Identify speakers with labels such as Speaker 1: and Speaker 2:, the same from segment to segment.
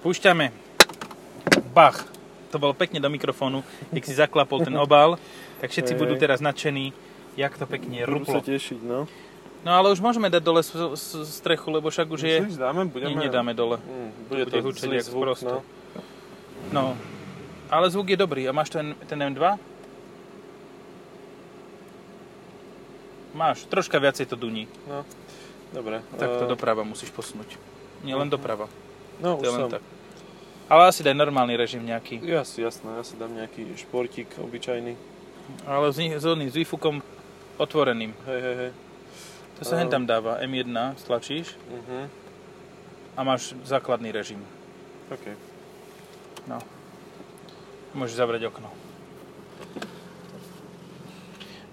Speaker 1: Púšťame. Bach. To bolo pekne do mikrofónu, jak si zaklapol ten obal. Tak všetci
Speaker 2: Hej,
Speaker 1: budú
Speaker 2: hej.
Speaker 1: teraz nadšení, jak to pekne
Speaker 2: Budú
Speaker 1: ruplo.
Speaker 2: sa tešiť, no.
Speaker 1: No ale už môžeme dať dole s- s- strechu, lebo však už je...
Speaker 2: Myslíš, dáme? Budeme...
Speaker 1: Nie, nedáme dole.
Speaker 2: Mm, bude,
Speaker 1: Bude
Speaker 2: to
Speaker 1: hučať
Speaker 2: zlý
Speaker 1: jak
Speaker 2: zvuk,
Speaker 1: sprosto.
Speaker 2: no.
Speaker 1: No. Ale zvuk je dobrý. A máš ten, ten M2? Máš. Troška viacej to duní.
Speaker 2: Dobre.
Speaker 1: Tak to
Speaker 2: eh, Mhm.
Speaker 1: doprava musíš posunúť. Nie len doprava.
Speaker 2: No,
Speaker 1: To
Speaker 2: už
Speaker 1: je len
Speaker 2: som.
Speaker 1: tak. Ale asi daj normálny režim nejaký.
Speaker 2: Ja si, jasné, ja si dám nejaký športík obyčajný.
Speaker 1: Ale s, ni- s, oným- s výfukom otvoreným.
Speaker 2: Hej, hej, hej.
Speaker 1: To sa
Speaker 2: Áno.
Speaker 1: hen tam dáva. M1 stlačíš
Speaker 2: Mhm.
Speaker 1: a máš základný režim.
Speaker 2: OK.
Speaker 1: Môžeš zavrieť okno.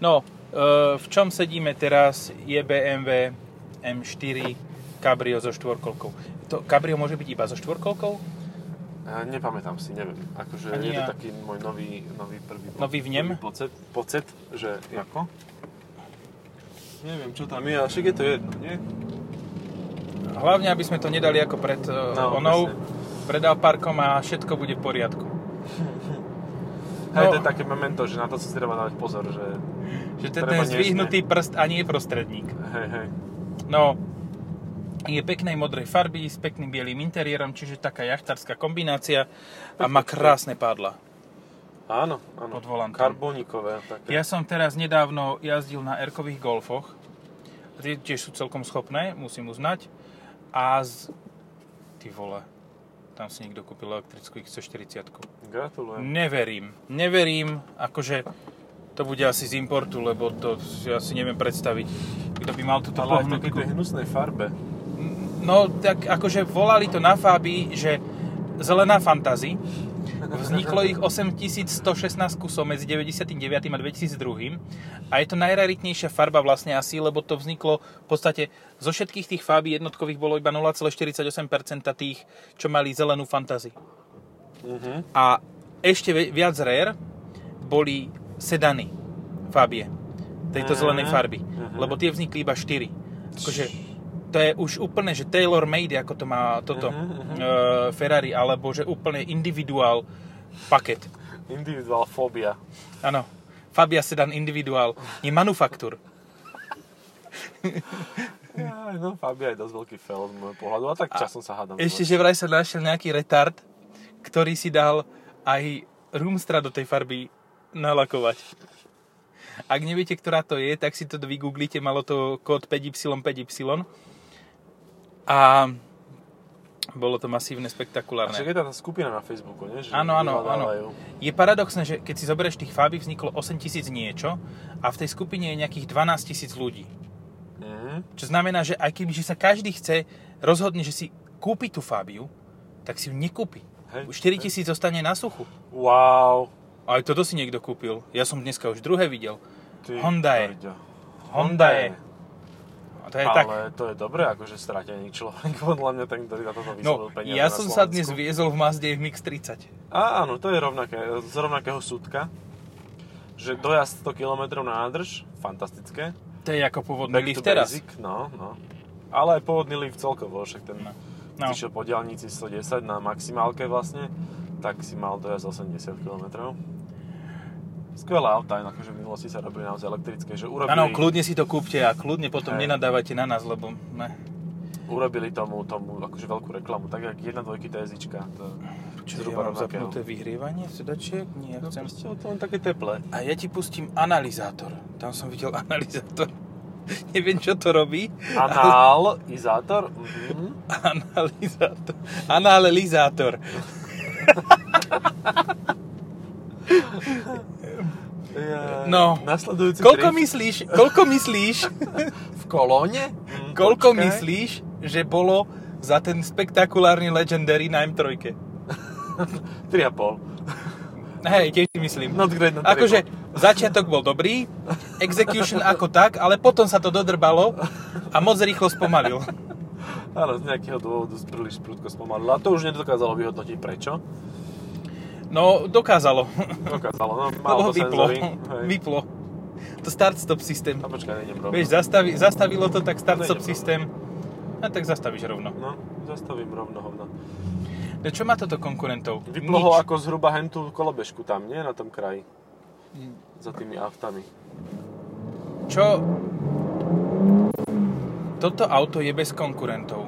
Speaker 1: No, e, v čom sedíme teraz je BMW M4 Cabrio so štvorkolkou. To Cabrio môže byť iba so štvorkolkou?
Speaker 2: Ja nepamätám si, neviem. Akože
Speaker 1: Ani
Speaker 2: je to
Speaker 1: ja.
Speaker 2: taký môj nový, nový prvý po-
Speaker 1: Nový vnem?
Speaker 2: prvý Pocit, pocit, že ako? Neviem, čo tam je, a však je to jedno, nie?
Speaker 1: Hlavne, aby sme to nedali ako pred e,
Speaker 2: No,
Speaker 1: onou,
Speaker 2: presne.
Speaker 1: pred Alparkom a všetko bude v poriadku.
Speaker 2: Hej,
Speaker 1: No.
Speaker 2: to je také memento, že na to si treba dávať pozor, že...
Speaker 1: Že to je ten
Speaker 2: Treba nežne.
Speaker 1: zdvihnutý prst a nie prostredník.
Speaker 2: Hej, hej.
Speaker 1: No, je peknej modrej farby s pekným bielým interiérom, čiže taká jachtárska kombinácia a má krásne pádla.
Speaker 2: Áno, áno.
Speaker 1: Pod volantom.
Speaker 2: Karbonikové. Také.
Speaker 1: Ja som teraz nedávno jazdil na erkových golfoch. Tie tiež sú celkom schopné, musím uznať. A z... Ty vole, tam si niekto kúpil elektrickú XC40.
Speaker 2: Gratulujem.
Speaker 1: Neverím, neverím, akože to bude asi z importu, lebo to si asi neviem predstaviť, kto by mal túto
Speaker 2: Ale aj v takej tej
Speaker 1: pohnutku.
Speaker 2: hnusnej farbe.
Speaker 1: No, tak akože volali to na Fabi, že zelená fantazi. Vzniklo ich 8116 kusov medzi 99. a 2002. A je to najraritnejšia farba vlastne asi, lebo to vzniklo v podstate zo všetkých tých fábí jednotkových bolo iba 0,48% tých, čo mali zelenú fantazi.
Speaker 2: Mhm.
Speaker 1: A ešte vi- viac rare boli sedany Fabie, tejto
Speaker 2: Mhm.
Speaker 1: zelenej farby.
Speaker 2: Mhm.
Speaker 1: Lebo tie vznikli iba 4. Akože, to je už úplne, že tailor made, ako to má toto
Speaker 2: Mhm, mhm.
Speaker 1: e, Ferrari, alebo že úplne individuál paket.
Speaker 2: Individual fóbia.
Speaker 1: Áno, Fabia sedan individuál, nie manufaktúr.
Speaker 2: Aj, no, Fabia je dosť veľký fail z môjho pohľadu, a tak časom sa hádam.
Speaker 1: Ešte, že vraj sa našiel nejaký retard, ktorý si dal aj Roomstra do tej farby nalakovať. Ak neviete, ktorá to je, tak si to vygooglite, malo to kód 5Y5Y. A bolo to masívne,
Speaker 2: A však
Speaker 1: spektakulárne.
Speaker 2: je tá, tá skupina na Facebooku, nie? Že
Speaker 1: Áno, áno, áno.
Speaker 2: vyhľadávajú.
Speaker 1: Je paradoxné, že keď si zoberieš tých fáby, vzniklo 8000 niečo a v tej skupine je nejakých 12 tisíc ľudí.
Speaker 2: Mhm.
Speaker 1: Čo znamená, že aj keby že sa každý chce rozhodne, že si kúpi tú Fabiu, tak si ju nekúpi.
Speaker 2: Hej,
Speaker 1: 4 tisíc zostane na suchu.
Speaker 2: Wow.
Speaker 1: Aj toto si niekto kúpil. Ja som dneska už druhé videl.
Speaker 2: Ty,
Speaker 1: Honda je.
Speaker 2: prďo.
Speaker 1: Honda je. A to je
Speaker 2: Ale
Speaker 1: tak.
Speaker 2: to je dobré, akože stratený človek, podľa mňa ten, ktorý na toto
Speaker 1: No,
Speaker 2: vyslovil peniaze
Speaker 1: ja
Speaker 2: na
Speaker 1: som sa
Speaker 2: Slovensku.
Speaker 1: dnes viezol v Mazde v Mix 30.
Speaker 2: Á, áno, to je rovnaké, z rovnakého súdka, že dojazd 100 km na nádrž, fantastické.
Speaker 1: To je ako pôvodný
Speaker 2: Back
Speaker 1: lift
Speaker 2: to
Speaker 1: teraz.
Speaker 2: basic, No, no. Ale aj pôvodný lift celkovo, však ten
Speaker 1: No.
Speaker 2: no.
Speaker 1: No.
Speaker 2: išiel po diálnici 110 na maximálke vlastne, tak si mal dojazd 80 km. Skvelé auta, inak, akože v minulosti sa robili naozaj elektrické, že urobili,
Speaker 1: Áno, No, kľudne si to kúpte a kľudne potom
Speaker 2: Hej.
Speaker 1: nenadávajte na nás, lebo ne.
Speaker 2: urobili tomu, tomu akože veľkú reklamu, tak jak 1.2 TSIčka. To, no?
Speaker 1: Čo ja
Speaker 2: Zhruba
Speaker 1: mám
Speaker 2: rovnakého.
Speaker 1: zapnuté vyhrievanie sedačiek? Nie, ja
Speaker 2: no,
Speaker 1: chcem...
Speaker 2: proste to len také teplé.
Speaker 1: A ja ti pustím analizátor. Tam som videl analizátor. Neviem, čo to robí.
Speaker 2: Anál, izátor, mhm.
Speaker 1: Analizátor. Analizátor.
Speaker 2: Je-
Speaker 1: No.
Speaker 2: Nasledujúci
Speaker 1: Koľko
Speaker 2: drift
Speaker 1: myslíš, koľko myslíš,
Speaker 2: v kolóne? Mhm,
Speaker 1: koľko
Speaker 2: počkaj.
Speaker 1: myslíš, že bolo za ten spektakulárny Legendary na M3?
Speaker 2: 3,5.
Speaker 1: Hej, tiež si myslím.
Speaker 2: Not great, not
Speaker 1: Akože
Speaker 2: terrible.
Speaker 1: začiatok bol dobrý, execution ako tak, ale potom sa to dodrbalo a moc rýchlo spomalil.
Speaker 2: Áno, z nejakého dôvodu príliš prudko spomalila. To už nedokázalo vyhodnotiť prečo.
Speaker 1: No, dokázalo.
Speaker 2: Dokázalo, no malo
Speaker 1: Lebo
Speaker 2: to
Speaker 1: vyplo.
Speaker 2: senzory. Hej.
Speaker 1: Vyplo. To start-stop systém.
Speaker 2: A počkaj, nejdem rovno.
Speaker 1: Vieš, zastavi, zastavilo to, tak
Speaker 2: Nejde no.
Speaker 1: start-stop
Speaker 2: to.
Speaker 1: systém. A tak zastavíš rovno.
Speaker 2: No, zastavím rovno hovno.
Speaker 1: To No čo má toto konkurentov?
Speaker 2: Vyplo ho
Speaker 1: Nič.
Speaker 2: ako zhruba hentú kolobežku tam, nie? Na tom kraji.
Speaker 1: Mm.
Speaker 2: Za tými aftami.
Speaker 1: Čo? Toto auto je bez konkurentov.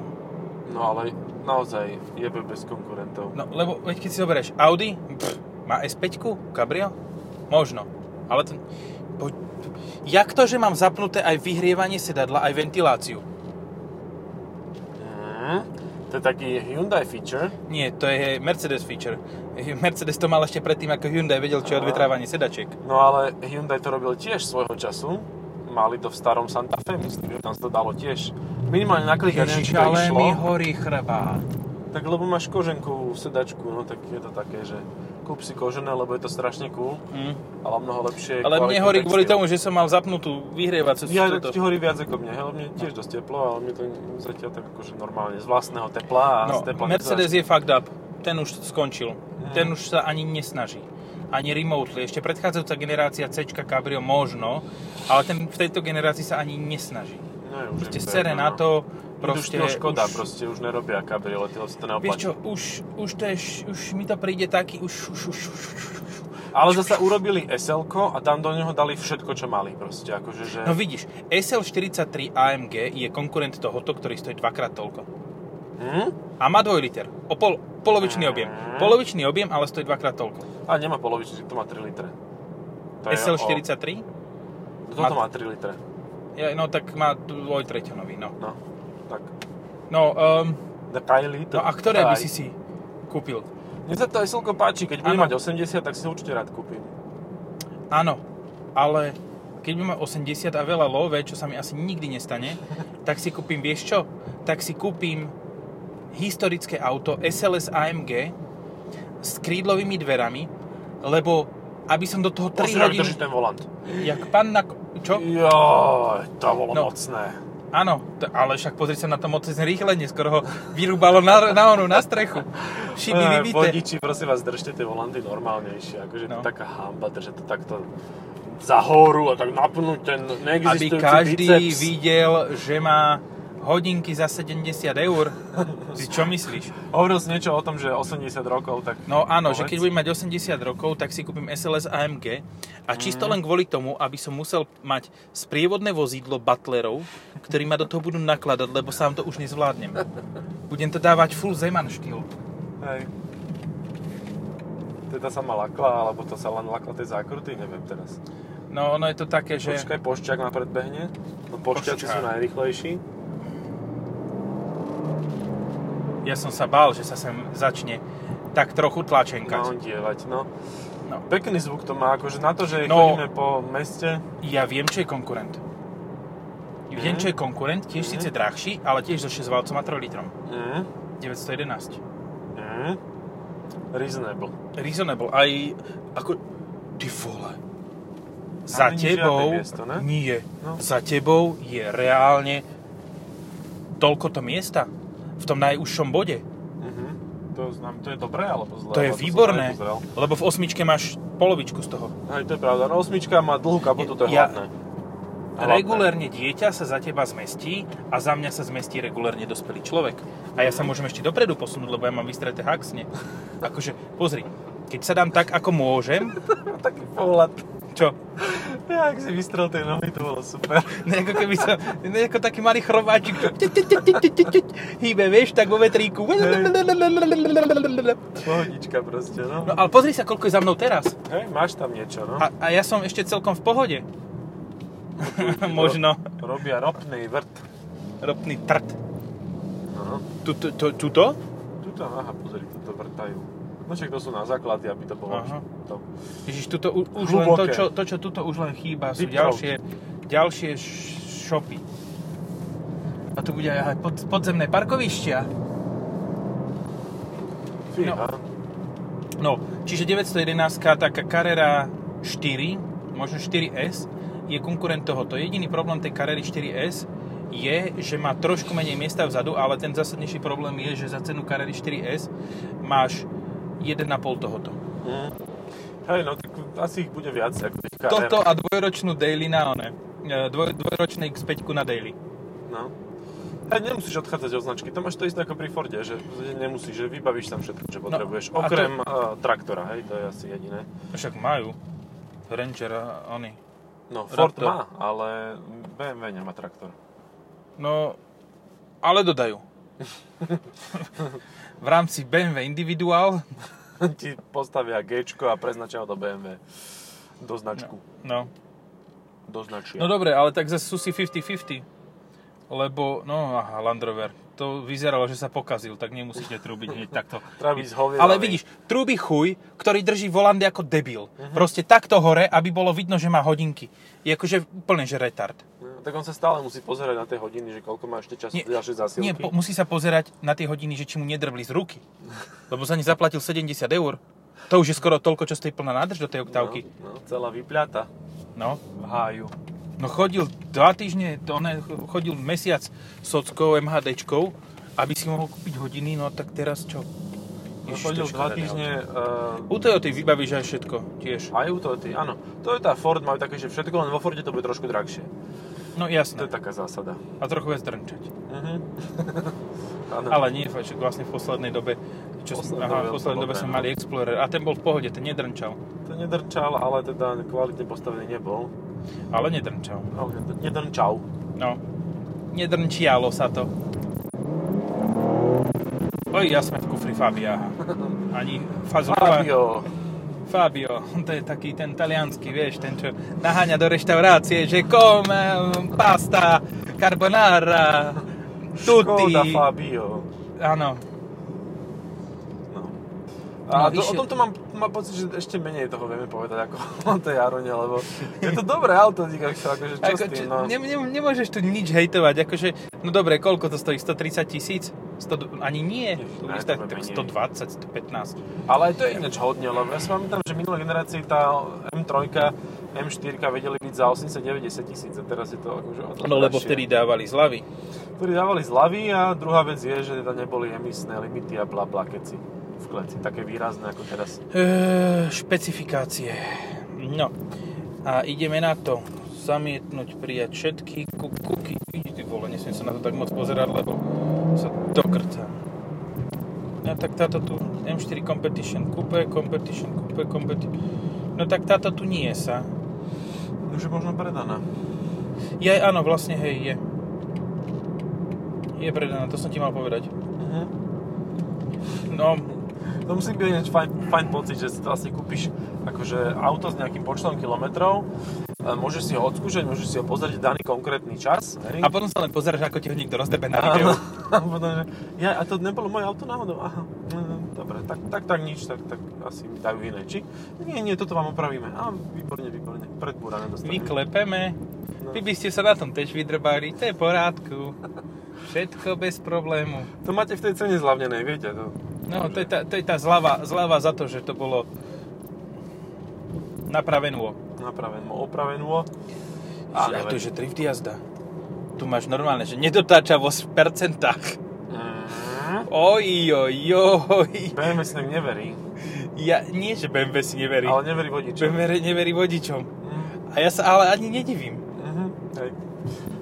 Speaker 2: No ale naozaj jebe bez konkurentov.
Speaker 1: No, lebo veď keď si zoberieš Audi, pff, má S5, Cabrio? Možno. Ale to... Po, jak to, že mám zapnuté aj vyhrievanie sedadla, aj ventiláciu?
Speaker 2: Mm, to je taký Hyundai feature.
Speaker 1: Nie, to je Mercedes feature. Mercedes to mal ešte predtým, ako Hyundai vedel, čo je
Speaker 2: Aha.
Speaker 1: odvetrávanie sedačiek.
Speaker 2: No ale Hyundai to robil tiež svojho času. Mali to v starom Santa Fe, myslím, že tam sa to dalo tiež. Minimálne na klika, neviem, či
Speaker 1: Ježiš,
Speaker 2: to
Speaker 1: ale
Speaker 2: išlo.
Speaker 1: mi horí chrbát.
Speaker 2: Tak lebo máš koženkovú sedačku, no tak je to také, že kúp si kožené, lebo je to strašne cool,
Speaker 1: Hm.
Speaker 2: ale mnoho lepšie je
Speaker 1: Ale mne
Speaker 2: kvalitný
Speaker 1: horí kvôli
Speaker 2: textil.
Speaker 1: tomu, že som mal zapnutú vyhrievaciu
Speaker 2: Ja,
Speaker 1: túto.
Speaker 2: tak ti horí viac ako mne, hej, mne tiež dosť teplo, ale mne to zatiaľ tak akože normálne z vlastného tepla a
Speaker 1: No,
Speaker 2: z tepla
Speaker 1: Mercedes je
Speaker 2: nezačne.
Speaker 1: fucked up. Ten už skončil. Ten už sa ani nesnaží. Ani remotely. Ešte predchádzajúca generácia C Cabrio možno, ale ten v tejto generácii sa ani nesnaží.
Speaker 2: No, je už
Speaker 1: Proste
Speaker 2: im to
Speaker 1: sere
Speaker 2: jedno,
Speaker 1: na
Speaker 2: no.
Speaker 1: to,
Speaker 2: Proste,
Speaker 1: proste
Speaker 2: už škoda,
Speaker 1: už-
Speaker 2: proste už nerobia kabriolety, lebo si to neoplatí.
Speaker 1: Vieš čo, už, už, to je, š- už mi to príde taký, už, už, už, už, už, už.
Speaker 2: Ale zase urobili sl a tam do neho dali všetko, čo mali proste, akože, že...
Speaker 1: No vidíš, SL43 AMG je konkurent tohoto, ktorý stojí dvakrát toľko.
Speaker 2: Hm?
Speaker 1: A má dvojliter. O pol, polovičný objem. Polovičný objem, ale stojí dvakrát toľko.
Speaker 2: A nemá polovičný, to má 3 litre. To je O...
Speaker 1: SL43?
Speaker 2: Kto to má 3 litre?
Speaker 1: Ja, no tak má dvojtretinový, no.
Speaker 2: No, tak.
Speaker 1: No, um,
Speaker 2: Takaj litr.
Speaker 1: no a ktoré by si si kúpil?
Speaker 2: Mne sa to SL páči, keď budem
Speaker 1: Áno.
Speaker 2: mať 80, tak si ho určite rád kúpim.
Speaker 1: Áno, ale keď by mal 80 a veľa love, čo sa mi asi nikdy nestane, tak si kúpim, vieš čo? Tak si kúpim historické auto SLS AMG s krídlovými dverami, lebo aby som do toho 3
Speaker 2: Musím hodín...
Speaker 1: hodín...
Speaker 2: drží ten volant.
Speaker 1: Jak pán na... ko- Čo?
Speaker 2: Joj, to bolo
Speaker 1: No.
Speaker 2: mocné.
Speaker 1: Áno, t- ale však pozri sa na to moc zrýchlenie, skoro ho vyrúbalo na, na onu, na strechu. Šiby
Speaker 2: Eh,
Speaker 1: vybité.
Speaker 2: Vodiči, prosím vás, držte tie volanty normálnejšie. Akože
Speaker 1: No.
Speaker 2: no. to taká hamba, držať to takto za horu a tak napnúť ten
Speaker 1: aby
Speaker 2: neexistujúci
Speaker 1: každý
Speaker 2: biceps.
Speaker 1: videl, že má hodinky za 70 eur. Ty čo myslíš?
Speaker 2: Hovoril si niečo o tom, že 80 rokov, tak...
Speaker 1: No áno, že
Speaker 2: povedz.
Speaker 1: keď budem mať 80 rokov, tak si kúpim SLS AMG a čisto
Speaker 2: Mhm.
Speaker 1: len kvôli tomu, aby som musel mať sprievodné vozidlo butlerov, ktorí ma do toho budú nakladať, lebo sám to už nezvládnem. Budem to dávať full Zeman štýl.
Speaker 2: Hej. Teda sa ma lakla, alebo to sa len lakla tej zákruty, neviem teraz.
Speaker 1: No ono je to také, že...
Speaker 2: Počkaj, pošťák ma predbehne. No
Speaker 1: Pošťák.
Speaker 2: pošťáci sú najrychlejší.
Speaker 1: Ja som sa bál, že sa sem začne tak trochu tlačenkať.
Speaker 2: No, dievať, no.
Speaker 1: No.
Speaker 2: Pekný zvuk to má, akože na to, že
Speaker 1: No.
Speaker 2: chodíme po meste.
Speaker 1: Ja viem, čo je konkurent. Viem,
Speaker 2: Mhm.
Speaker 1: čo je konkurent, tiež
Speaker 2: Mhm.
Speaker 1: síce drahší, ale tiež so 6 valcom a 3 litrom.
Speaker 2: Mm,
Speaker 1: 911.
Speaker 2: mm. Reasonable.
Speaker 1: Reasonable, aj ako... Ty vole. Za
Speaker 2: není
Speaker 1: tebou...
Speaker 2: žiadne miesto, ne?
Speaker 1: nie.
Speaker 2: No.
Speaker 1: Za tebou je reálne toľko to miesta v tom najúžšom bode.
Speaker 2: Mhm. To, znam, to je dobré alebo zlé?
Speaker 1: To je
Speaker 2: Lebo som
Speaker 1: výborné,
Speaker 2: nepozeral.
Speaker 1: lebo v osmičke máš polovičku z toho.
Speaker 2: Hej, to je pravda. No osmička má dlhú kapotu, to je
Speaker 1: Ja-
Speaker 2: hlavné. Hlavné.
Speaker 1: Regulérne dieťa sa za teba zmestí a za mňa sa zmestí regulérne dospelý človek. A ja sa môžem ešte dopredu posunúť, lebo ja mám vystreté haxne. Akože, pozri, keď sa dám tak, ako môžem,
Speaker 2: Taký pohľad.
Speaker 1: čo?
Speaker 2: Ja, ak si vystrel tej nohy, to bolo super.
Speaker 1: Ne, ako keby sa, ne, ako taký malý chrobáčik, čo tit, tit, tit, tit, tit, tit, hýbe, vieš, tak vo vetríku.
Speaker 2: Pohodička proste, no.
Speaker 1: No ale pozri sa, koľko je za mnou teraz.
Speaker 2: Hej, máš tam niečo, no.
Speaker 1: A, a ja som ešte celkom v pohode. Možno
Speaker 2: Robia ropný vrt.
Speaker 1: ropný trt.
Speaker 2: No.
Speaker 1: Tuto? Tu, tu, tuto?
Speaker 2: Tuto, aha, pozri, tuto vrtajú. No však to sú na základy, aby to bolo
Speaker 1: Aha.
Speaker 2: to.
Speaker 1: Ježiš, tuto u- už len to,
Speaker 2: Hlboké.
Speaker 1: čo, to, čo tuto už len chýba, sú
Speaker 2: Deep
Speaker 1: ďalšie, ďalšie š- šopy. A tu bude aj pod, podzemné parkovištia.
Speaker 2: Fíha.
Speaker 1: No. No, čiže 911 taká Carrera 4, možno 4S, je konkurent tohoto. Jediný problém tej Carrery 4S je, že má trošku menej miesta vzadu, ale ten zásadnejší problém je, že za cenu Carrery 4S máš 1,5 tohoto.
Speaker 2: Mm. Hej, no tak asi ich bude viac ako tých KM.
Speaker 1: Toto a dvojročnú daily na one. E, Dvoj, dvojročné X5 na daily.
Speaker 2: No. Hej, nemusíš odchádzať od značky, to máš to isté ako pri Forde, že nemusíš, že vybavíš tam všetko, čo potrebuješ,
Speaker 1: No, a to-
Speaker 2: okrem eh, traktora, hej, to je asi jediné.
Speaker 1: No Však majú. Ranger a oni.
Speaker 2: No, Ford
Speaker 1: Raptor.
Speaker 2: má, ale BMW nemá traktor.
Speaker 1: No, ale dodajú. v rámci BMW individuál.
Speaker 2: Ti postavia G a preznačia ho do BMW. Do značku.
Speaker 1: No.
Speaker 2: Do značia.
Speaker 1: No dobre, ale tak zase sú si 50-50. Lebo, no aha, Land Rover, to vyzeralo, že sa pokazil, tak nemusíte trúbiť hneď takto.
Speaker 2: Travis Hovier,
Speaker 1: Ale vidíš, trúbi chuj, ktorý drží volant ako debil. Proste takto hore, aby bolo vidno, že má hodinky. Je akože úplne, že retard.
Speaker 2: No, tak on sa stále musí pozerať na tie hodiny, že koľko má ešte času
Speaker 1: Nie,
Speaker 2: do ďalšej No, zásilky.
Speaker 1: Nie, po, musí sa pozerať na tie hodiny, že či mu nedrbli z ruky. Lebo za ne zaplatil 70 eur. To už je skoro toľko, čo stojí plná nádrž do tej oktávky.
Speaker 2: No, no, celá vypliata
Speaker 1: No.
Speaker 2: v háju.
Speaker 1: No chodil dva týždne, to ne, chodil mesiac sockou, MHDčkou, aby si mohol kúpiť hodiny, no tak teraz čo?
Speaker 2: No,
Speaker 1: Ježiš,
Speaker 2: chodil
Speaker 1: to je
Speaker 2: dva
Speaker 1: škoda,
Speaker 2: týždne...
Speaker 1: ne? U
Speaker 2: Uh,
Speaker 1: Toyoty vybavíš aj všetko tiež.
Speaker 2: aj u Toyoty, áno. Toyota a Ford majú také, že všetko, len vo Forde to bude trošku drahšie.
Speaker 1: No
Speaker 2: To
Speaker 1: jasné.
Speaker 2: je taká zásada.
Speaker 1: A trochu viac drnčať.
Speaker 2: Mhm. Áno.
Speaker 1: Ale nie, fakt, že vlastne v poslednej dobe, čo
Speaker 2: Poslednej
Speaker 1: sme, aha,
Speaker 2: dobe
Speaker 1: v poslednej dobe
Speaker 2: dobre,
Speaker 1: sme
Speaker 2: no.
Speaker 1: mali Explorer a ten bol v pohode, ten nedrnčal.
Speaker 2: To nedrčal, ale teda kvalitne postavený nebol.
Speaker 1: Ale nedrnčal.
Speaker 2: Ale nedr- Nedrčal.
Speaker 1: No. Nedrnčialo sa to. Oj, ja sme v kufri Fabia. Ani Fazula.
Speaker 2: Fabio.
Speaker 1: Fabio, to je taký ten talianský, vieš, ten, čo naháňa do reštaurácie, že kom, eh, pasta, carbonara, tutti.
Speaker 2: Škoda Fabio.
Speaker 1: Áno.
Speaker 2: No. A
Speaker 1: No,
Speaker 2: to, o
Speaker 1: išiel-
Speaker 2: tomto mám, mám pocit, že ešte menej toho vieme povedať ako o tej Arone, lebo je to dobré auto, dík, ako, akože čo
Speaker 1: Ako,
Speaker 2: s
Speaker 1: čo-
Speaker 2: tým, no.
Speaker 1: ne, ne, nemôžeš tu nič hejtovať, akože, no dobre, koľko to stojí, 130 tisíc? 100, ani nie, to
Speaker 2: Ježiš, ne,
Speaker 1: bude
Speaker 2: to
Speaker 1: stať
Speaker 2: bude
Speaker 1: tak
Speaker 2: menej.
Speaker 1: 120, 115.
Speaker 2: Ale aj to je ináč hodne, lebo ja si pamätám, že minulé generácii tá M3, M4 vedeli byť za 80-90 tisíc a teraz je to akože o to
Speaker 1: No lebo
Speaker 2: drahšie.
Speaker 1: vtedy dávali zľavy.
Speaker 2: Ktorí dávali zľavy a druhá vec je, že teda neboli emisné limity a bla bla keci v kleci, také výrazné ako teraz.
Speaker 1: Eh, špecifikácie. No. A ideme na to. Zamietnúť, prijať všetky ku- kuky. Ide ty vole, nesmiem sa na to tak moc pozerať, lebo sa dokrcam. No tak táto tu M4 Competition Coupe, Competition Coupe, Competition... No tak táto tu nie je sa.
Speaker 2: Už je možno predaná.
Speaker 1: Je, áno, vlastne, hej, je. Je predaná, to som ti mal povedať.
Speaker 2: Mhm.
Speaker 1: No,
Speaker 2: To musí byť ináč fajn, fajn pocit, že si vlastne kúpiš akože auto s nejakým počtom kilometrov, e, môžeš si ho odskúšať, môžeš si ho pozrieť v daný konkrétny čas. hej?
Speaker 1: a potom sa len pozeráš, ako ti ho niekto rozdebe na
Speaker 2: Áno.
Speaker 1: videu.
Speaker 2: a potom, že, ja, a to nebolo moje auto náhodou, aha, no, no, dobre, tak, tak, tak nič, tak, tak asi mi dajú iné, či? Nie, nie, toto vám opravíme, a výborne, výborne, predbúrané dostaneme.
Speaker 1: Vyklepeme.
Speaker 2: No.
Speaker 1: Vy by ste sa na tom tiež vydrbali, to je v porádku. Všetko bez problému.
Speaker 2: To máte v tej cene zľavnené, viete, to.
Speaker 1: No, to je tá, to je tá zlava, zlava za to, že to bolo napravenú.
Speaker 2: Napravenú, opravenú.
Speaker 1: A to je, že drift jazda. Tu máš normálne, že nedotáčavosť v percentách.
Speaker 2: Mm,
Speaker 1: Oj, oj, oj.
Speaker 2: BMW si tak neverí,
Speaker 1: Ja, nie, že BMW si neverí.
Speaker 2: ale neverí vodičom.
Speaker 1: BMW neverí vodičom.
Speaker 2: Mm.
Speaker 1: A ja sa ale ani nedivím.
Speaker 2: Mhm, hej.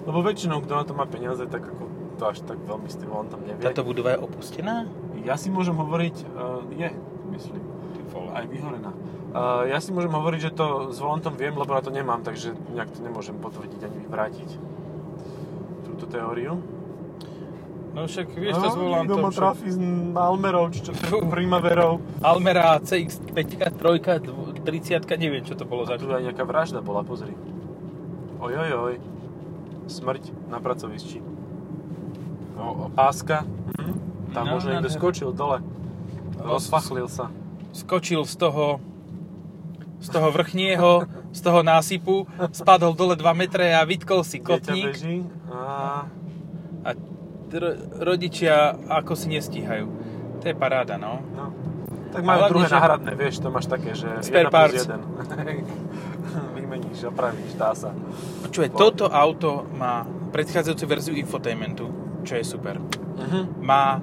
Speaker 2: Lebo väčšinou, kto na to má peniaze, tak ako to až tak veľmi s tým volantom nevie.
Speaker 1: Táto budova je opustená?
Speaker 2: Ja si môžem hovoriť, uh, je, myslím,
Speaker 1: Ty vole.
Speaker 2: aj vyhorená. Uh, ja si môžem hovoriť, že to s volantom viem, lebo na to nemám, takže nejak to nemôžem potvrdiť ani vyvrátiť. Túto teóriu.
Speaker 1: No však vieš to s
Speaker 2: Kto
Speaker 1: volantom.
Speaker 2: ma
Speaker 1: však-
Speaker 2: trafí s Almerou, či čo to
Speaker 1: Fú.
Speaker 2: je, Primaverou.
Speaker 1: Almera CX5, 3, 30, neviem čo to bolo za...
Speaker 2: Tu aj nejaká vražda bola, pozri. Ojojoj. Smrť na pracovišti. O, o, páska. Mhm. Tam
Speaker 1: No,
Speaker 2: možno niekto
Speaker 1: nádhera.
Speaker 2: skočil dole. Rozfachlil sa.
Speaker 1: Skočil z toho z toho vrchnieho, z toho násypu, spadol dole 2 metre a vytkol si
Speaker 2: Dieťa
Speaker 1: kotník
Speaker 2: beží. A...
Speaker 1: a r- rodičia ako si nestíhajú. To je paráda, no.
Speaker 2: No. Tak
Speaker 1: A
Speaker 2: majú
Speaker 1: hlavne,
Speaker 2: druhé
Speaker 1: že-
Speaker 2: náhradné, vieš, to máš také, že
Speaker 1: Spare
Speaker 2: 1 plus
Speaker 1: parts.
Speaker 2: 1. Vymeníš, opravíš, dá sa.
Speaker 1: Čo je, toto auto má predchádzajúcu verziu infotainmentu, čo je super.
Speaker 2: Mhm.
Speaker 1: Má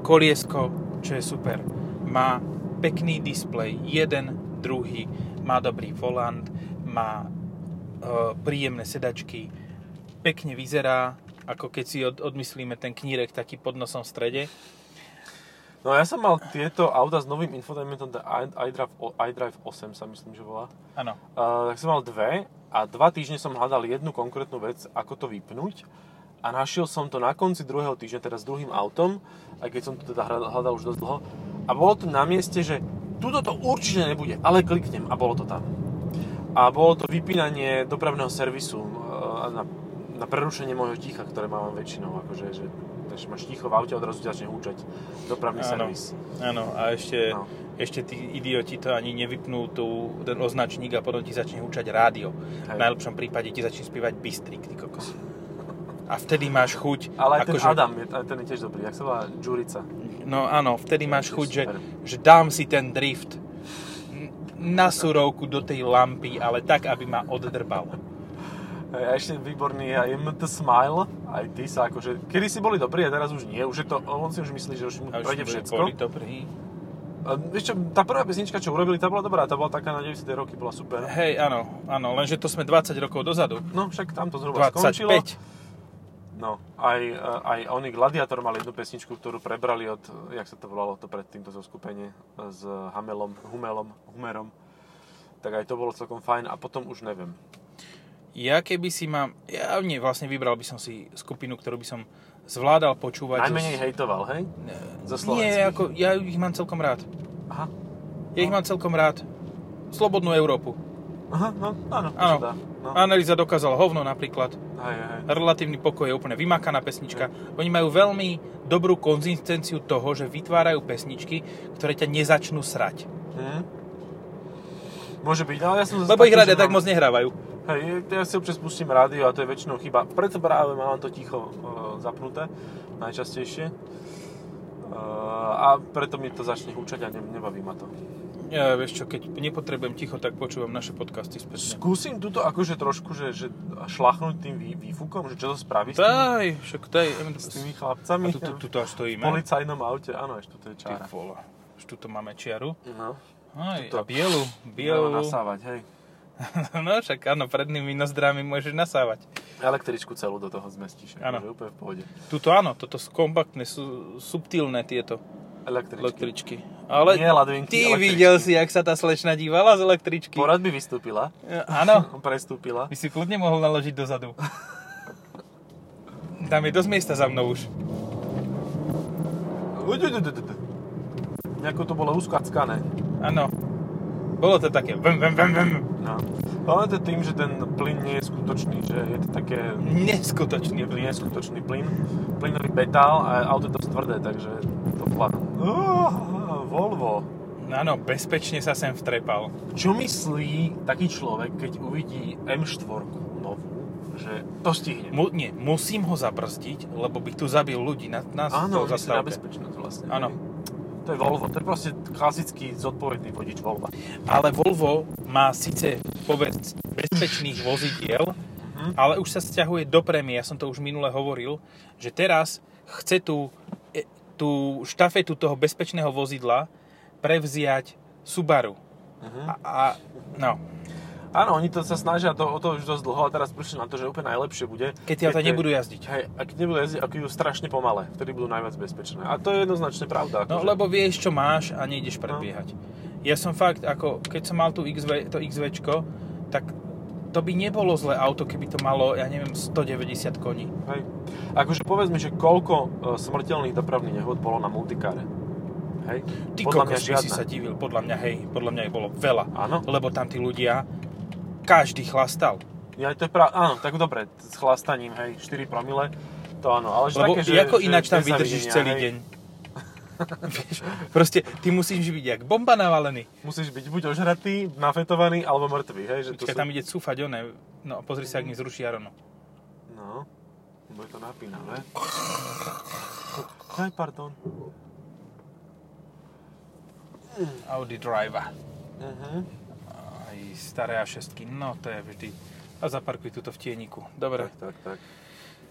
Speaker 1: koliesko, čo je super. Má pekný displej, jeden, druhý, má dobrý volant, má e, príjemné sedačky, pekne vyzerá, ako keď si od, odmyslíme ten knírek taký pod nosom v strede.
Speaker 2: No ja som mal tieto auta s novým infotainmentom, tá i- iDrive, o- iDrive 8 sa myslím, že volá.
Speaker 1: Áno.
Speaker 2: Uh, tak som mal dve a dva týždne som hľadal jednu konkrétnu vec, ako to vypnúť a našiel som to na konci druhého týždňa, teda s druhým autom, aj keď som to teda hľadal, hľadal už dosť dlho. A bolo to na mieste, že tuto to určite nebude, ale kliknem a bolo to tam. A bolo to vypínanie dopravného servisu uh, na, na prerušenie môjho ticha, ktoré mám väčšinou, akože, že takže máš ticho v aute a odrazu ti začne húčať dopravný
Speaker 1: Áno.
Speaker 2: servis.
Speaker 1: Áno, a ešte,
Speaker 2: No.
Speaker 1: no. ešte tí idioti to ani nevypnú tú, ten označník a potom ti začne húčať rádio.
Speaker 2: Hej.
Speaker 1: V najlepšom prípade ti začne spievať bystrik, ty kokos. A vtedy máš chuť... akože-
Speaker 2: Ale aj ten Adam, je, aj ten je tiež dobrý, jak sa volá Žurica.
Speaker 1: No áno, vtedy máš
Speaker 2: tiež
Speaker 1: chuť, že,
Speaker 2: super.
Speaker 1: že dám si ten drift n- na surovku do tej lampy, ale tak, aby ma oddrbalo.
Speaker 2: Hej, A ešte výborný je aj MT Smile, aj ty sa akože... Kedy si boli dobrí a teraz už nie, už je to, on si už myslí, že už mu
Speaker 1: A už
Speaker 2: prejde
Speaker 1: boli-
Speaker 2: všetko.
Speaker 1: Boli dobrý.
Speaker 2: A vieš čo, tá prvá pesnička, čo urobili, tá bola dobrá, tá bola taká na 90. roky, bola super.
Speaker 1: Hej, áno, áno, lenže to sme 20 rokov dozadu.
Speaker 2: No však tam to zhruba
Speaker 1: 25.
Speaker 2: skončilo. No, aj, e, aj oni Gladiator mali jednu pesničku, ktorú prebrali od, e, jak sa to volalo to predtým, to zoskupenie e, s Hamelom, Humelom, Humerom. Tak aj to bolo celkom fajn a potom už neviem.
Speaker 1: Ja keby si mám... Ja nie, vlastne vybral by som si skupinu, ktorú by som zvládal počúvať.
Speaker 2: Najmenej hejtoval, hej? zo
Speaker 1: zo,
Speaker 2: slovenských.
Speaker 1: Nie, ako, ja ich mám celkom rád.
Speaker 2: Aha,
Speaker 1: Ja
Speaker 2: No.
Speaker 1: ich mám celkom rád. Slobodnú Európu.
Speaker 2: aha, no, áno, to
Speaker 1: Áno.
Speaker 2: sa dá. No,
Speaker 1: Analýza dokázala hovno napríklad.
Speaker 2: hej, hej.
Speaker 1: Relatívny pokoj je úplne vymakaná pesnička. Oni majú veľmi dobrú konzistenciu toho, že vytvárajú pesničky, ktoré ťa nezačnú srať.
Speaker 2: Mhm. Môže byť, ale ja som... zase
Speaker 1: Lebo ich
Speaker 2: taký,
Speaker 1: rádia
Speaker 2: že
Speaker 1: tak
Speaker 2: mám-
Speaker 1: moc nehrávajú.
Speaker 2: Hej, ja si občas pustím rádio a to je väčšinou chyba. Preto práve mám to ticho e, zapnuté, najčastejšie. E, a preto mi to začne húčať a ne, nebaví ma to.
Speaker 1: Ja, vieš čo, keď nepotrebujem ticho, tak počúvam naše podcasty späť.
Speaker 2: Skúsim tuto akože trošku, že, že šlachnúť tým vý, výfukom, že čo to spraví s, tými,
Speaker 1: Daj, však daj. em,
Speaker 2: s tými
Speaker 1: Hm, A
Speaker 2: chlapcami.
Speaker 1: tu, tu, tu, tu až
Speaker 2: v
Speaker 1: stojíme.
Speaker 2: policajnom aute, áno, ešte to je
Speaker 1: Ty
Speaker 2: čára.
Speaker 1: vole. Už tuto máme čiaru.
Speaker 2: No,
Speaker 1: Aj, a
Speaker 2: Tuto.
Speaker 1: bielu.
Speaker 2: Bielu.
Speaker 1: Bielu.
Speaker 2: nasávať, hej.
Speaker 1: No však áno, prednými nozdrami môžeš nasávať.
Speaker 2: Električku celú do toho zmestíš,
Speaker 1: Áno.
Speaker 2: akože úplne v pohode.
Speaker 1: Tuto áno, toto sú kompaktné, sú subtilné tieto
Speaker 2: Električky.
Speaker 1: električky. Ale
Speaker 2: Nie ladvinky,
Speaker 1: ty
Speaker 2: električky.
Speaker 1: videl si, jak sa tá slečna dívala z električky.
Speaker 2: Porad by vystúpila,
Speaker 1: E, Áno,
Speaker 2: prestúpila.
Speaker 1: by si kľudne mohol naložiť dozadu. Tam je dosť miesta za mnou už.
Speaker 2: Uď, uď, uď, uď, uď. Nejako to bolo úzko a ckané.
Speaker 1: Áno. Bolo to také vem, vem, vem, vem.
Speaker 2: No. Ale to je tým, že ten plyn nie je skutočný, že je to také...
Speaker 1: Neskutočný
Speaker 2: Je to
Speaker 1: blíz.
Speaker 2: neskutočný plyn, plynový betál a auto je dosť tvrdé, takže to vláda. Volvo.
Speaker 1: Áno, bezpečne sa sem vtrepal.
Speaker 2: Čo myslí taký človek, keď uvidí M4 novú, že to stihne?
Speaker 1: Mu, nie, musím ho zabrzdiť, lebo by tu zabil ľudí na, na
Speaker 2: Áno,
Speaker 1: to
Speaker 2: myslí na
Speaker 1: zastávke.
Speaker 2: bezpečnosť vlastne.
Speaker 1: Áno.
Speaker 2: To je Volvo, to je proste klasický zodpovedný vodič Volvo.
Speaker 1: Ale Volvo má síce, povedz, bezpečných vozidiel, ale už sa stiahuje do prémie. Ja som to už minule hovoril, že teraz chce tú, e, tú štafetu toho bezpečného vozidla prevziať Subaru. A, a no,
Speaker 2: Áno, oni to sa snažia to, o to už dosť dlho a teraz prišli na to, že úplne najlepšie bude.
Speaker 1: keď tie auta
Speaker 2: tie-
Speaker 1: nebudú jazdiť.
Speaker 2: Hej, ak nebudú jazdiť, ak idú strašne pomalé, vtedy budú najviac bezpečné. A to je jednoznačne pravda.
Speaker 1: No
Speaker 2: akože.
Speaker 1: lebo vieš, čo máš a nejdeš predbiehať. Ja som fakt, ako keď som mal tú XV, to XVčko, tak to by nebolo zlé auto, keby to malo, ja neviem, 190 koní.
Speaker 2: Hej. Akože povedz mi, že koľko e, smrteľných dopravných nehod bolo na multikáre? Hej?
Speaker 1: Ty kokos, by si sa divil, podľa mňa, hej, podľa mňa ich bolo veľa.
Speaker 2: Áno.
Speaker 1: Lebo tam tí ľudia, každý chlastal.
Speaker 2: Ja, to je pra... Áno, tak dobre, s chlastaním, hej, 4 promile, to áno. Ale že
Speaker 1: Lebo
Speaker 2: také, že,
Speaker 1: ako
Speaker 2: že
Speaker 1: ináč tam
Speaker 2: bez
Speaker 1: vydržíš
Speaker 2: zavidenia,
Speaker 1: celý
Speaker 2: hej.
Speaker 1: deň? Vieš, proste, ty musíš byť jak bomba navalený.
Speaker 2: Musíš byť buď ožratý, nafetovaný, alebo mŕtvý, hej? Že to
Speaker 1: Počkaj,
Speaker 2: sú...
Speaker 1: tam ide cúfať, one. No, pozri sa, ak mi zruší Arono.
Speaker 2: No, bude to napínavé. Aj, pardon.
Speaker 1: Audi Driver.
Speaker 2: Mhm.
Speaker 1: Aj staré A6, no to je vždy. A zaparkuj tuto v tieniku. Dobre.
Speaker 2: Tak, tak, tak.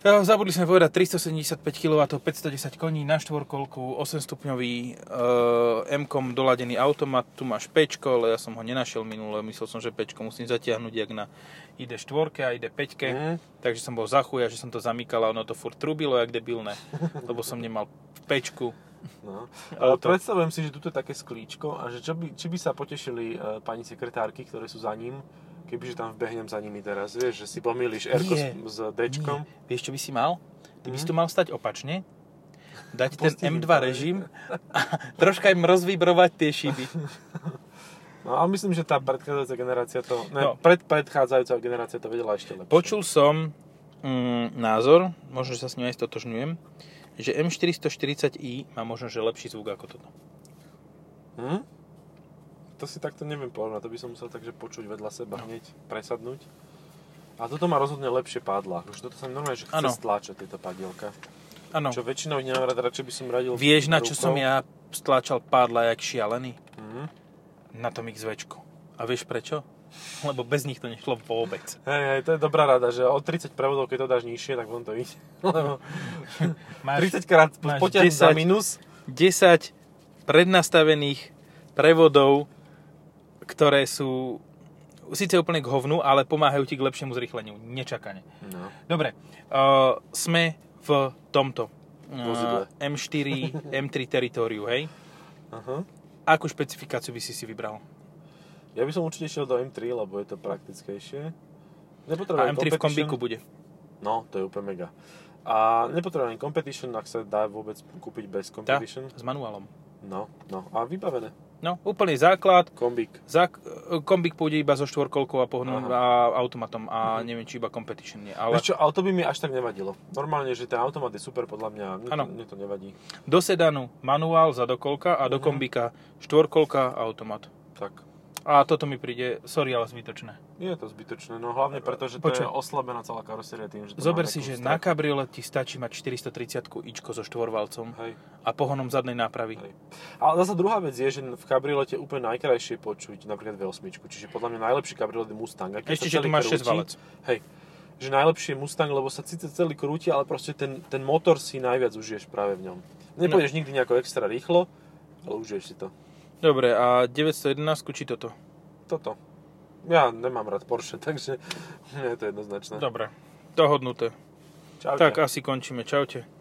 Speaker 1: E, Zabudli sme povedať 375 kW, 510 koní na štvorkolku, 8-stupňový e, M-kom doladený automat, tu máš pečko, ale ja som ho nenašiel minule, myslel som, že pečko musím zatiahnuť jak na ID4 a ID5,
Speaker 2: Mhm.
Speaker 1: takže som bol za chuja, že som to zamykal a ono to furt trubilo jak debilné, lebo som nemal pečku.
Speaker 2: No.
Speaker 1: Ale
Speaker 2: Ale
Speaker 1: to-
Speaker 2: Predstavujem si, že tu je také sklíčko a že čo by, či by sa potešili e, pani sekretárky, ktoré sú za ním, kebyže tam vbehnem za nimi teraz, vieš, že si pomýliš r s,
Speaker 1: Nie.
Speaker 2: s D-čkom.
Speaker 1: Nie. Vieš, čo by si mal? Ty by si
Speaker 2: Mhm.
Speaker 1: to mal stať opačne, dať ten
Speaker 2: Postihnem
Speaker 1: M2
Speaker 2: to,
Speaker 1: režim a troška im rozvibrovať tie šiby.
Speaker 2: No a myslím, že tá predchádzajúca generácia to,
Speaker 1: No.
Speaker 2: ne, pred, predchádzajúca generácia to vedela ešte lepšie.
Speaker 1: Počul som mm, názor, možno, že sa s ním aj stotožňujem, že M440i má možno, že lepší zvuk ako toto.
Speaker 2: Hm? To si takto neviem porovnať, to by som musel takže počuť vedľa seba
Speaker 1: No.
Speaker 2: hneď, presadnúť. A toto má rozhodne lepšie pádla. Už toto sa mi normálne, že chce
Speaker 1: Áno.
Speaker 2: stláčať tieto padielka.
Speaker 1: Áno.
Speaker 2: Čo väčšinou ich nemám rád, radšej by som radil
Speaker 1: Vieš, na čo som ja stláčal pádla jak šialený?
Speaker 2: Mhm.
Speaker 1: Na tom xv A vieš prečo? Lebo bez nich to nešlo vôbec.
Speaker 2: Hej, hej, to je dobrá rada, že o 30 prevodov, keď to dáš nižšie, tak von to ide. Lebo
Speaker 1: Máš
Speaker 2: 30 krát
Speaker 1: máš
Speaker 2: potiahnuť za
Speaker 1: 10.
Speaker 2: minus.
Speaker 1: 10 prednastavených prevodov, ktoré sú síce úplne k hovnu, ale pomáhajú ti k lepšiemu zrýchleniu. Nečakane.
Speaker 2: No.
Speaker 1: Dobre, uh, sme v tomto eh,
Speaker 2: Vozidle.
Speaker 1: M4, M3 teritoriu, hej?
Speaker 2: Aha.
Speaker 1: Akú špecifikáciu by si si vybral?
Speaker 2: Ja by som určite šiel do M3, lebo je to praktickejšie.
Speaker 1: A
Speaker 2: Nepotrebujem
Speaker 1: M3 v
Speaker 2: competition.
Speaker 1: kombiku bude.
Speaker 2: No, to je úplne mega. A nepotrebujem ani competition, ak sa dá vôbec kúpiť bez
Speaker 1: Tá,
Speaker 2: competition.
Speaker 1: s manuálom.
Speaker 2: No, no. A vybavené.
Speaker 1: No, úplný základ.
Speaker 2: Kombík.
Speaker 1: Zák- eh, kombik pôjde iba so štvorkolkou a, pohnú- a automatom a
Speaker 2: Mhm.
Speaker 1: neviem, či iba competition nie. Ale
Speaker 2: Ale... Vieš čo, auto by mi až tak nevadilo. Normálne, že ten automat je super podľa mňa. Mne,
Speaker 1: Áno.
Speaker 2: to, mne to nevadí.
Speaker 1: do sedanu manuál za dokolka a do
Speaker 2: Mhm.
Speaker 1: kombika štvorkolka a automat.
Speaker 2: Tak.
Speaker 1: A toto mi príde, sorry, ale zbytočné.
Speaker 2: Nie je to zbytočné, no hlavne preto, že to
Speaker 1: Počuj.
Speaker 2: je oslabená celá karoséria tým, že no, to
Speaker 1: Zober
Speaker 2: má
Speaker 1: si,
Speaker 2: nejakú
Speaker 1: že na
Speaker 2: strechu.
Speaker 1: kabriolet ti stačí mať 430 ičko so štvorvalcom
Speaker 2: Hej.
Speaker 1: a pohonom zadnej nápravy.
Speaker 2: Hej. Ale zase druhá vec je, že v kabriolete je úplne najkrajšie počuť napríklad V8. Čiže podľa mňa najlepší kabriolet je Mustang. A keď
Speaker 1: Ešte,
Speaker 2: sa
Speaker 1: že
Speaker 2: celý
Speaker 1: tu máš 6
Speaker 2: krúti-
Speaker 1: valec.
Speaker 2: Hej, že najlepšie je Mustang, lebo sa síce celý krúti, ale proste ten, ten motor si nejviac užiješ práve v ňom.
Speaker 1: No.
Speaker 2: Nepôjdeš nikdy nejako extra rýchlo, ale užiješ si to.
Speaker 1: Dobre, a 911 či toto?
Speaker 2: Toto. Ja nemám rád Porsche,
Speaker 1: No,
Speaker 2: takže mne je to jednoznačné.
Speaker 1: Dobre, dohodnuté.
Speaker 2: Čaute.
Speaker 1: Tak asi končíme, čaute.